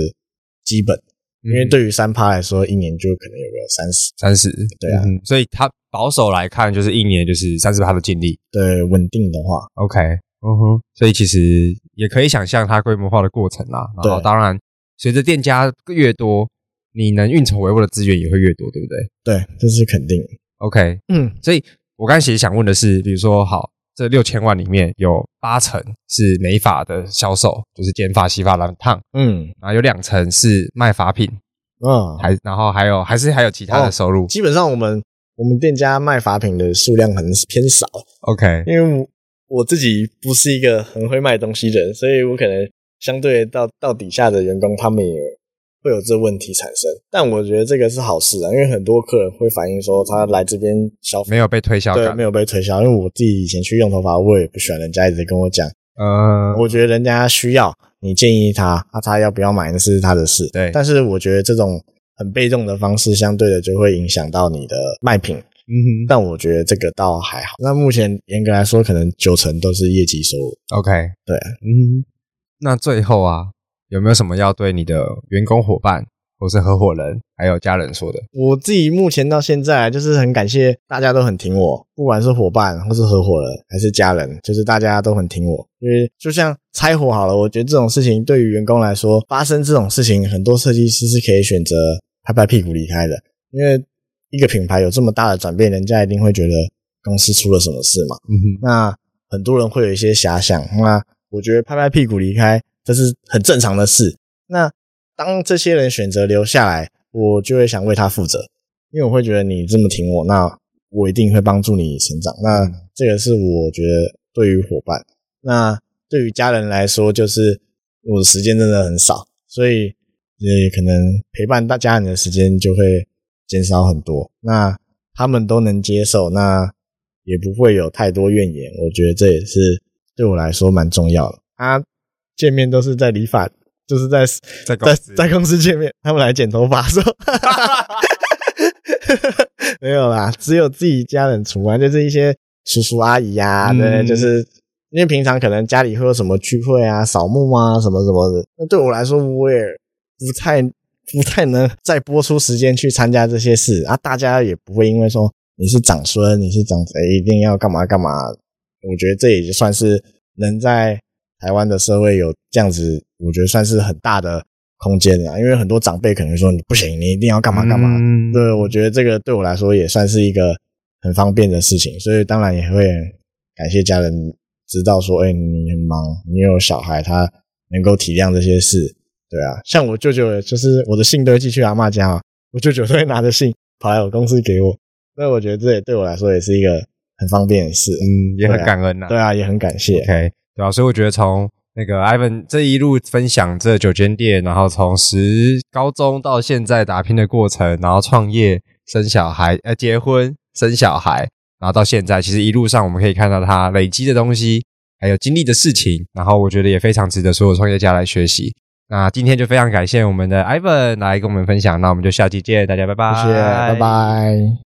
B: 基本。因
A: 嗯
B: 为对于三趴来说，一年就可能有个三十
A: 三十，
B: 对
A: 嗯
B: 啊
A: 哼所以他保守来看就是一年就是三十趴的净利，
B: 的稳定的话，
A: OK，嗯哼，所以其实也可以想象它规模化的过程啦。然后
B: 对
A: 当然，随着店家越多，你能运筹帷幄的资源也会越多，对不对
B: 对，这是肯定。
A: ？OK，
B: 嗯，
A: 所以我刚才其实想问的是，比如说，好，这六千万里面有八成是美发的销售，就是剪发、洗发、染烫，
B: 嗯
A: 然后有两成是卖发品，
B: 嗯，
A: 还然后还有还是还有其他的
B: 哦
A: 收入。
B: 基本上我们我们店家卖法品的数量很偏少，
A: OK，
B: 因为我我自己不是一个很会卖东西的人，所以我可能相对到到底下的员工，他们也会有这问题产生。但我觉得这个是好事啊，因为很多客人会反映说他来这边消费
A: 没有被推销
B: 对
A: 感
B: 没，有被推销，因为我自己以前去用头发，我也不喜欢人家一直跟我讲，
A: 呃，
B: 我觉得人家需要你建议他，那、他要不要买那是他的事。
A: 对
B: 但是我觉得这种很被动的方式，相对的就会影响到你的卖品。
A: 嗯
B: 但我觉得这个倒还好。那目前严格来说，可能九成都是业绩收入。
A: 哼，OK，
B: 对，
A: 嗯，那最后啊，有没有什么要对你的员工伙伴或是合伙人还有家人说的？
B: 我自己目前到现在就是很感谢大家都很挺我，不管是伙伴或是合伙人还是家人，就是大家都很挺我。因为就像拆伙好了，我觉得这种事情对于员工来说，发生这种事情，很多设计师是可以选择拍拍屁股离开的，因为一个品牌有这么大的转变，人家一定会觉得公司出了什么事嘛。
A: 嗯哼，
B: 那很多人会有一些遐想，那我觉得拍拍屁股离开这是很正常的事。那当这些人选择留下来，我就会想为他负责，因为我会觉得你这么挺我，那我一定会帮助你成长。那这个是我觉得对于伙伴，那对于家人来说，就是我的时间真的很少，所以也可能陪伴大家人的时间就会减少很多。那他们都能接受，那也不会有太多怨言。我觉得这也是对我来说蛮重要的。啊，见面都是在理发，就是在
A: 在公
B: 在
A: 司
B: 在公司见面，他们来剪头发 说， 没有啦，只有自己家人除外，就是一些叔叔阿姨啊呀、
A: 嗯
B: 对，就是。因为平常可能家里会有什么聚会啊、扫墓啊什么什么的，那对我来说我也不太不太能再拨出时间去参加这些事啊。大家也不会因为说你是长孙，你是长谁，一定要干嘛干嘛。我觉得这也算是能在台湾的社会有这样子，我觉得算是很大的空间了。因为很多长辈可能说你不行，你一定要干嘛干嘛。
A: 嗯
B: 对，我觉得这个对我来说也算是一个很方便的事情，所以当然也会感谢家人知道说，哎、你很忙，你有小孩，他能够体谅这些事，对啊。像我舅舅，就是我的信都会寄去阿嬷家、啊，我舅舅都会拿着信跑来我公司给我。所以我觉得这也对我来说也是一个很方便的事。
A: 嗯，也很
B: 对啊
A: 感恩呐、
B: 对啊，也很感谢。
A: OK，对啊，所以我觉得从那个 Ivan 这一路分享这九间店，然后从十高中到现在打拼的过程，然后创业、生小孩、呃结婚、生小孩，然后到现在，其实一路上我们可以看到他累积的东西，还有经历的事情，然后我觉得也非常值得所有创业家来学习。那今天就非常感谢我们的 Ivan 来跟我们分享，那我们就下期见，大家拜拜，
B: 谢谢，拜拜。